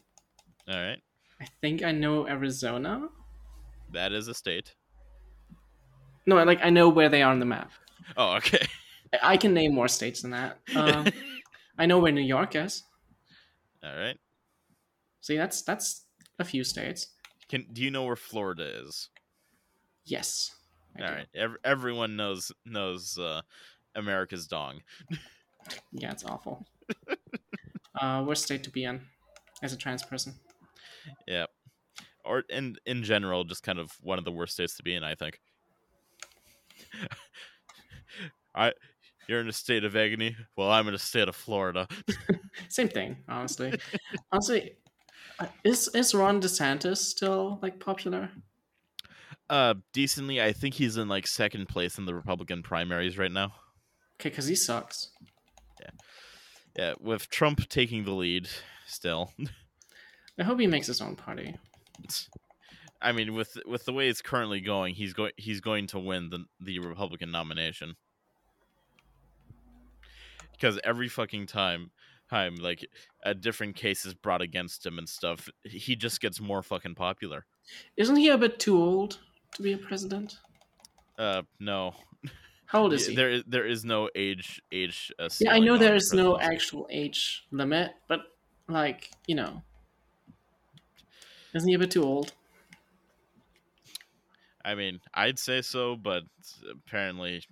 C: all right
B: I think I know Arizona.
C: that is a state
B: No, like I know where they are on the map.
C: oh okay
B: I, I can name more states than that. Um, I know where New York is.
C: all right
B: See, that's that's a few states.
C: Can do you know where Florida is?
B: Yes. I
C: All
B: do.
C: right, ev- everyone knows knows uh, America's dong.
B: Yeah, it's awful. uh, worst state to be in as a trans person.
C: Yep. Or in in general, just kind of one of the worst states to be in. I think. I, you're in a state of agony. Well, I'm in a state of Florida.
B: Same thing, honestly. honestly, uh, is is Ron DeSantis still like popular?
C: Uh, decently, I think he's in like second place in the Republican primaries right now.
B: Okay, because he sucks.
C: Yeah, with Trump taking the lead still.
B: I hope he makes his own party.
C: I mean, with with the way it's currently going, he's going he's going to win the the Republican nomination because every fucking time time like a different case is brought against him and stuff, he just gets more fucking popular.
B: Isn't he a bit too old to be a president?
C: Uh, no,
B: How old is
C: Yeah,
B: he?
C: there is- there is no age age. Uh,
B: yeah, I know there is no
C: presidency.
B: actual age limit, but like you know, isn't he a bit too old?
C: I mean, I'd say so, but apparently,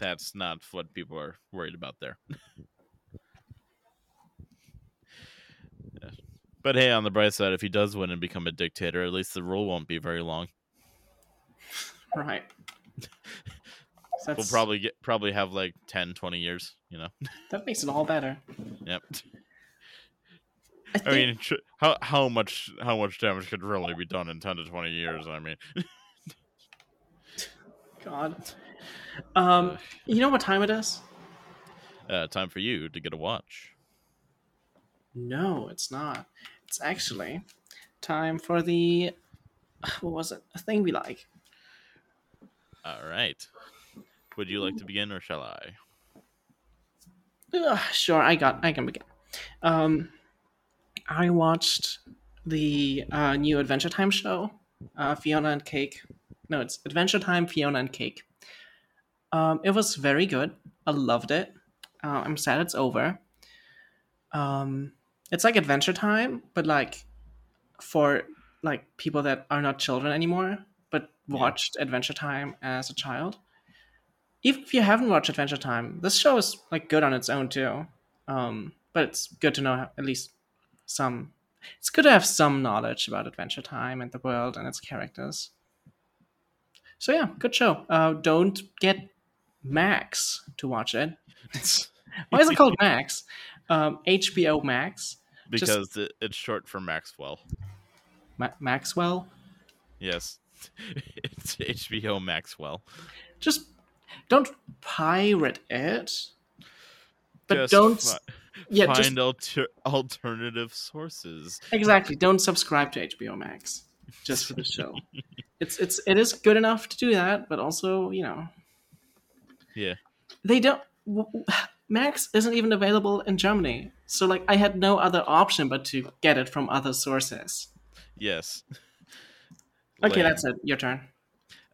C: that's not what people are worried about there. Yeah. But hey, on the bright side, if he does win and become a dictator, at least the rule won't be very long.
B: Right. That's,
C: We'll probably get probably have like 10, 20 years, you know.
B: that makes it all better.
C: Yep.
B: I think
C: I mean, tr- how how much how much damage could really be done in 10 to 20 years? I mean,
B: God. Um, you know what time it is?
C: uh, time for you to get a watch.
B: No, it's not. It's actually time for the what was it? A thing we like.
C: All right. Would you like to begin or shall I?
B: Ugh, sure, I got. I can begin. Um, I watched the uh, new Adventure Time show, uh, Fiona and Cake. No, it's Adventure Time, Fiona and Cake. Um, it was very good. I loved it. Uh, I'm sad it's over. Um, it's like Adventure Time, but like for like people that are not children anymore. but watched Adventure Time as a child. Even if you haven't watched Adventure Time, this show is like good on its own too. Um, but it's good to know at least some. It's good to have some knowledge about Adventure Time and the world and its characters. So yeah, good show. Uh, don't get Max to watch it. It's, why is it called Max? Um, HBO Max. Just-
C: because it, it's short for Maxwell.
B: Ma- Maxwell.
C: Yes, it's HBO Maxwell.
B: Just don't pirate it. But
C: Just
B: don't
C: fi-
B: yeah,
C: find
B: just-
C: alter- alternative sources.
B: exactly don't subscribe to HBO Max just for the show. it's it's it is good enough to do that, but also you know
C: Yeah,
B: they don't. w- w- Max isn't even available in Germany, so like I had no other option but to get it from other sources.
C: yes.
B: Okay,
C: Lame.
B: that's it. Your turn.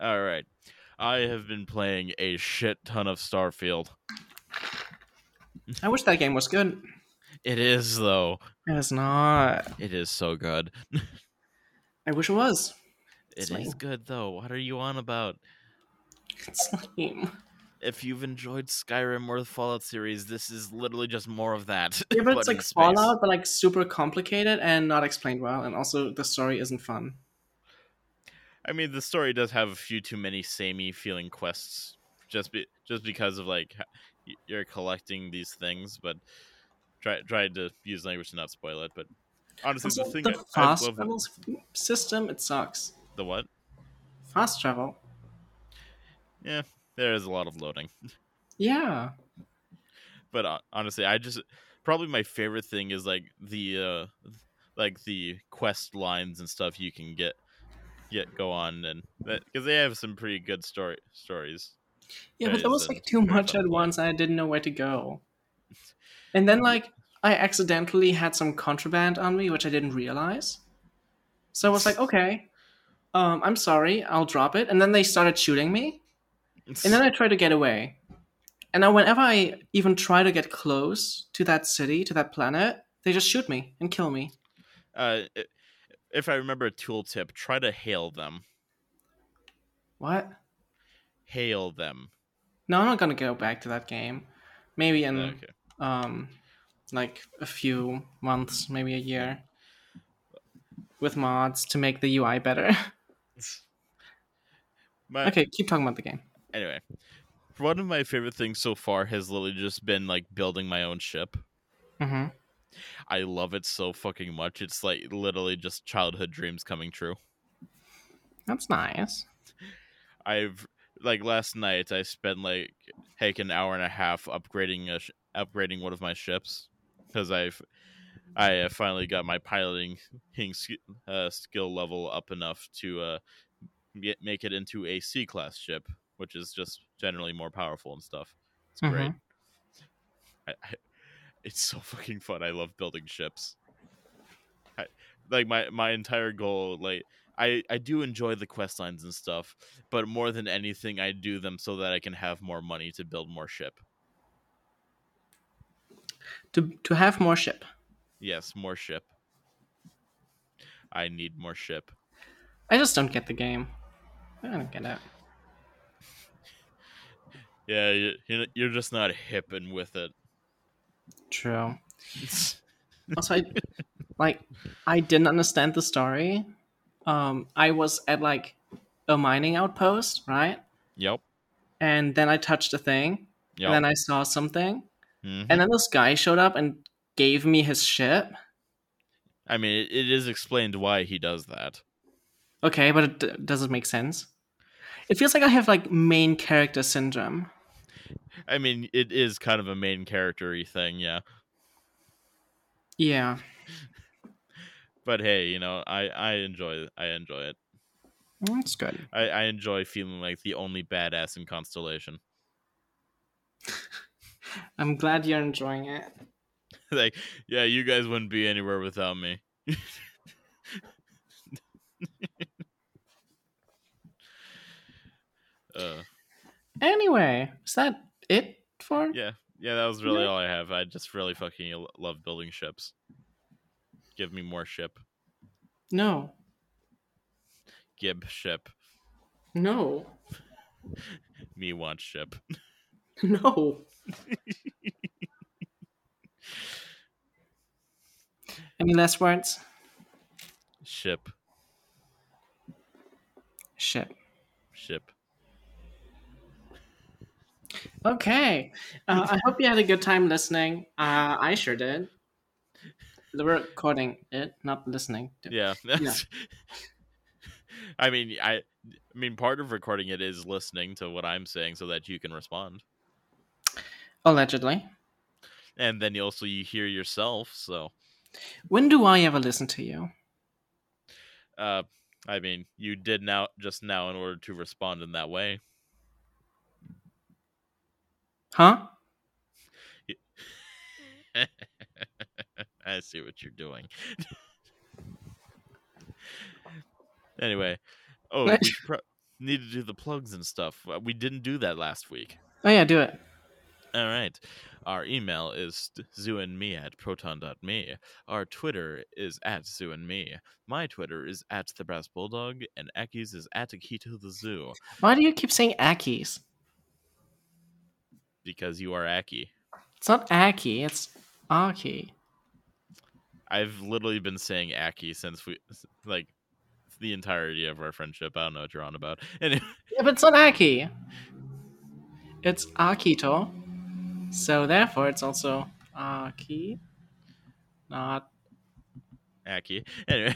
C: All right. I have been playing a shit ton of Starfield.
B: I wish that game was good.
C: It is though.
B: It is not.
C: It is so good.
B: I wish it was.
C: It is
B: Slay.
C: good though. What are you on about?
B: It's lame.
C: If you've enjoyed Skyrim or the Fallout series, this is literally just more of that.
B: Yeah, but it's
C: in
B: like
C: space.
B: Fallout, but like super complicated and not explained well, and also the story isn't fun.
C: I mean, the story does have a few too many samey feeling quests, just be just because of like h- y- you're collecting these things. But try tried to use language to not spoil it. But honestly,
B: Also,
C: the thing
B: the
C: I- I,
B: fast
C: love
B: travel s- system, it sucks.
C: the what
B: Fast travel.
C: there is a lot of loading.
B: Yeah.
C: but uh, honestly i just probably my favorite thing is like the uh like the quest lines and stuff you can get get go on and because they have some pretty good story stories
B: Yeah,
C: There
B: but there
C: is
B: was
C: a
B: like too
C: very
B: much
C: fun
B: at
C: play.
B: once and I didn't know where to go. And then like I accidentally had some contraband on me which I didn't realize. So I was like, okay, um, I'm sorry, I'll drop it. And then they started shooting me. And then I try to get away. And now, whenever I even try to get close to that city, to that planet, they just shoot me and kill me.
C: uh i- if i remember a tooltip try to hail them
B: What?
C: hail them
B: No, I'm not gonna go back to that game. Maybe in
C: Uh, okay
B: um, like a few months, maybe a year, with mods to make the UI better.
C: my,
B: okay, keep talking about the game.
C: anyway one of my favorite things so far has literally just been like building my own ship
B: hmm
C: i love it so fucking much it's like literally just childhood dreams coming true
B: That's nice.
C: I've like last night I spent like heck an hour and a half upgrading a sh- upgrading one of my ships because I've I uh, finally got my piloting hing sk- uh, skill level up enough to uh, get, make it into a C class ship, which is just generally more powerful and stuff. It's great. I, I, it's so fucking fun. I love building ships. I, like my my entire goal, like I I do enjoy the quest lines and stuff, but more than anything, I do them so that I can have more money to build more ship.
B: To to have more ship.
C: Yes, more ship. I need more ship.
B: I just don't get the game. I don't get it.
C: Yeah, you- you're you're just not hip and with it.
B: True. also I, like i didn't understand the story um i was at like a mining outpost right
C: yep.
B: and then i touched a thing
C: Yep.
B: and then i saw something
C: Mhm.
B: and then this guy showed up and gave me his ship
C: I mean, it, it is explained why he does that.
B: okay but it d- doesn't make sense it feels like i have like main character syndrome
C: I mean, it is kind of a main charactery thing, yeah.
B: yeah
C: But hey, you know, I I enjoy I enjoy it.
B: that's good
C: I I enjoy feeling like the only badass in Constellation.
B: i'm glad you're enjoying it
C: like, yeah, you guys wouldn't be anywhere without me. uh,
B: anyway is that it for
C: yeah, yeah, that was really
B: Yeah.
C: all I have. I just really fucking l- love building ships. Give me more ship.
B: no
C: Gib ship.
B: No.
C: Me want ship.
B: No. Any last words?
C: Ship.
B: Ship.
C: Ship.
B: Okay. Uh, I hope you had a good time listening. Uh, I sure did. We're recording it, not listening. to-
C: Yeah. that's- I mean, I, I mean, part of recording it is listening to what I'm saying so that you can respond,
B: Allegedly.
C: and then you also you hear yourself. So,
B: When do I ever listen to you?
C: uh, I mean, you did now just now in order to respond in that way.
B: Huh?
C: I see what you're doing. anyway, oh, we pro- need to do the plugs and stuff. Uh, We didn't do that last week.
B: Oh, yeah, do it.
C: All right. Our email is zooandme at proton.me. Our Twitter is at zooandme. My Twitter is at the brass bulldog, and Aki's is at Akito the zoo
B: Why do you keep saying Aki's?
C: because you are Aki.
B: It's not Aki, it's Aki.
C: I've literally been saying Aki since we, like, the entirety of our friendship. I don't know what you're on about. Anyway,
B: Yeah, but it's not Aki. It's Akito. So therefore, it's also Aki. Not
C: Aki. Anyway.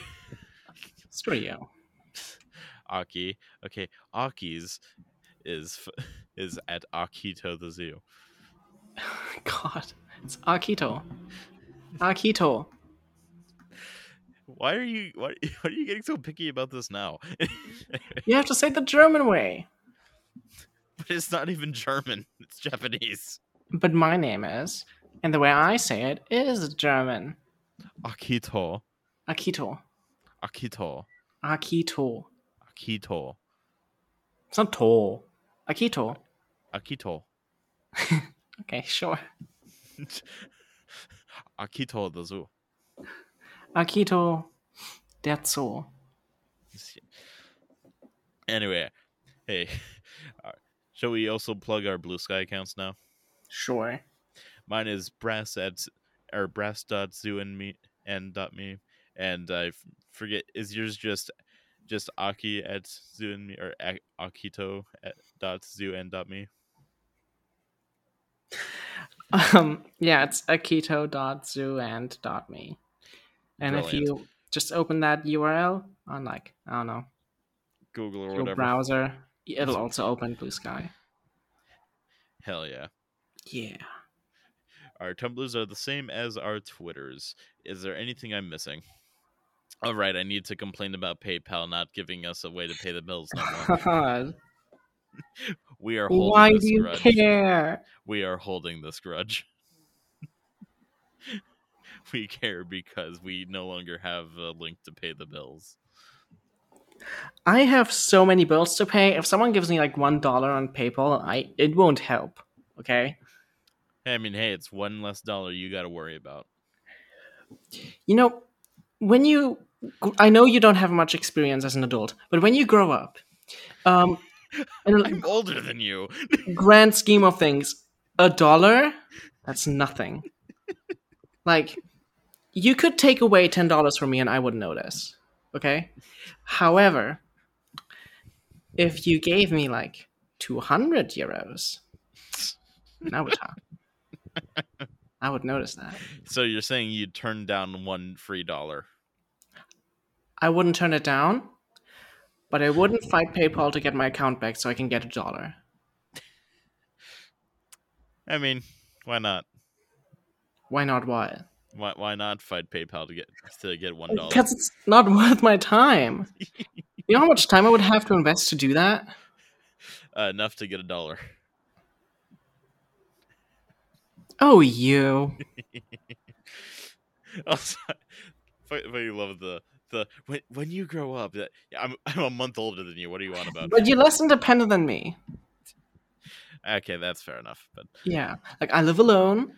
B: screw you.
C: Aki. Okay, Aki's is f- is at Akito the zoo.
B: God, it's Akito. Akito.
C: Why are you why, why are you getting so picky about this now?
B: You have to say it the German way.
C: but it's not even German. It's Japanese.
B: But my name is, and the way I say it is German.
C: Akito,
B: Akito.
C: Akito,
B: Akito.
C: Akito,
B: It's not tall. Akito.
C: Akito,
B: Okay, sure.
C: Akito the zoo.
B: Akito. Der Zoo.
C: Anyway, hey, uh, shall we also plug our Blue Sky accounts now?
B: Sure.
C: Mine is brass at or brass dot zoo and me and dot me and I f- forget is yours just just Aki at zoo and me or A- Akito at dot zoo and dot me.
B: Um, yeah, it's akito.zoo and .me. And if
C: Brilliant.
B: you just open that URL on like, I don't know,
C: Google or
B: your
C: whatever.
B: browser, it'll also open Blue Sky.
C: Hell yeah.
B: Yeah.
C: Our tumblers are the same as our Twitters. Is there anything I'm missing? All right, I need to complain about PayPal not giving us a way to pay the bills no more.
B: God,
C: We are holding
B: why
C: this
B: do you
C: grudge.
B: care?
C: we are holding this grudge. we care because we no longer have a link to pay the bills.
B: I have so many bills to pay. If someone gives me like one dollar on PayPal, I it won't help. Okay.
C: I mean, hey, it's one less dollar you got to worry about.
B: You know, when you, I know you don't have much experience as an adult, but when you grow up, um, in a
C: I'm older than you.
B: grand scheme of things, a dollar, that's nothing. like, you could take away ten dollars from me, and I would notice. Okay. However, if you gave me like two hundred euros, now we're talking. I would notice that.
C: So you're saying you turned down one free dollar?
B: I wouldn't turn it down, but I wouldn't fight PayPal to get my account back so I can get a dollar.
C: I mean, why not?
B: Why not? Why?
C: Why why not fight PayPal to get to get one dollar?
B: Because it's not worth my time. you know how much time I would have to invest to do that?
C: Uh, enough to get a dollar.
B: Oh, you.
C: Also, but but you love the the when when you grow up. That I'm I'm a month older than you. What do you want about?
B: But you're less independent than me.
C: Okay, that's fair enough. But
B: Yeah. Like, I live alone.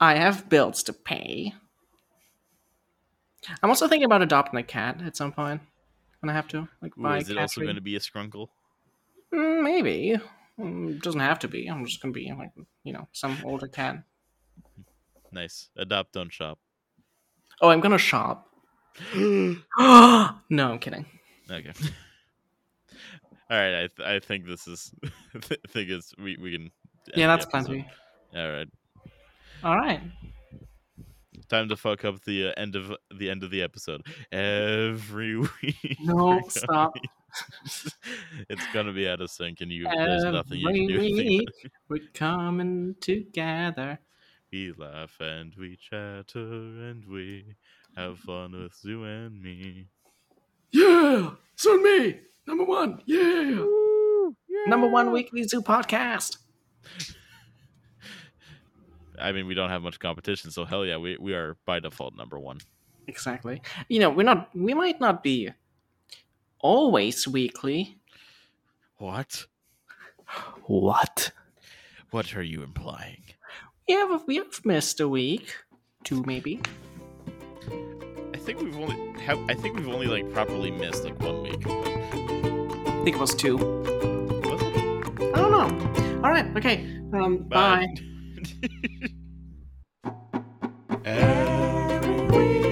B: I have bills to pay. I'm also thinking about adopting a cat at some point. gonna have to like
C: Ooh,
B: buy.
C: is it also
B: Catri-
C: going to be a scrunkle?
B: Mm, Maybe. Mm, Doesn't have to be. I'm just gonna be like you know some older cat.
C: Nice. Adopt, don't shop.
B: Oh, I'm gonna shop.
C: okay.
B: no, I'm kidding.
C: All right. I, th- I think this is. I think it's we we can. end
B: Yeah,
C: the
B: that's plan
C: episode.
B: three.
C: All right.
B: All right.
C: Time to fuck up the uh, end of the end of the episode every week.
B: No,
C: we're gonna
B: stop.
C: be- it's gonna be out of sync, and you there's nothing you can do.
B: Every
C: anything about
B: week We're coming together.
C: it. We laugh and we chatter and we have fun with you and me.
B: Yeah, it's on me. Number one. Yeah. Number one weekly zoo podcast.
C: I mean, we don't have much competition, so hell yeah, we, we are by default number one.
B: Exactly. You know, we're not. We might not be always weekly.
C: What?
B: What?
C: What are you implying?
B: We have. We have missed a week. Two maybe.
C: I think we've only have I think we've only like properly missed like one week.
B: I think it was two.
C: Was it?
B: I don't know. All right. Okay. Um, bye.
C: Bye.
A: Every week.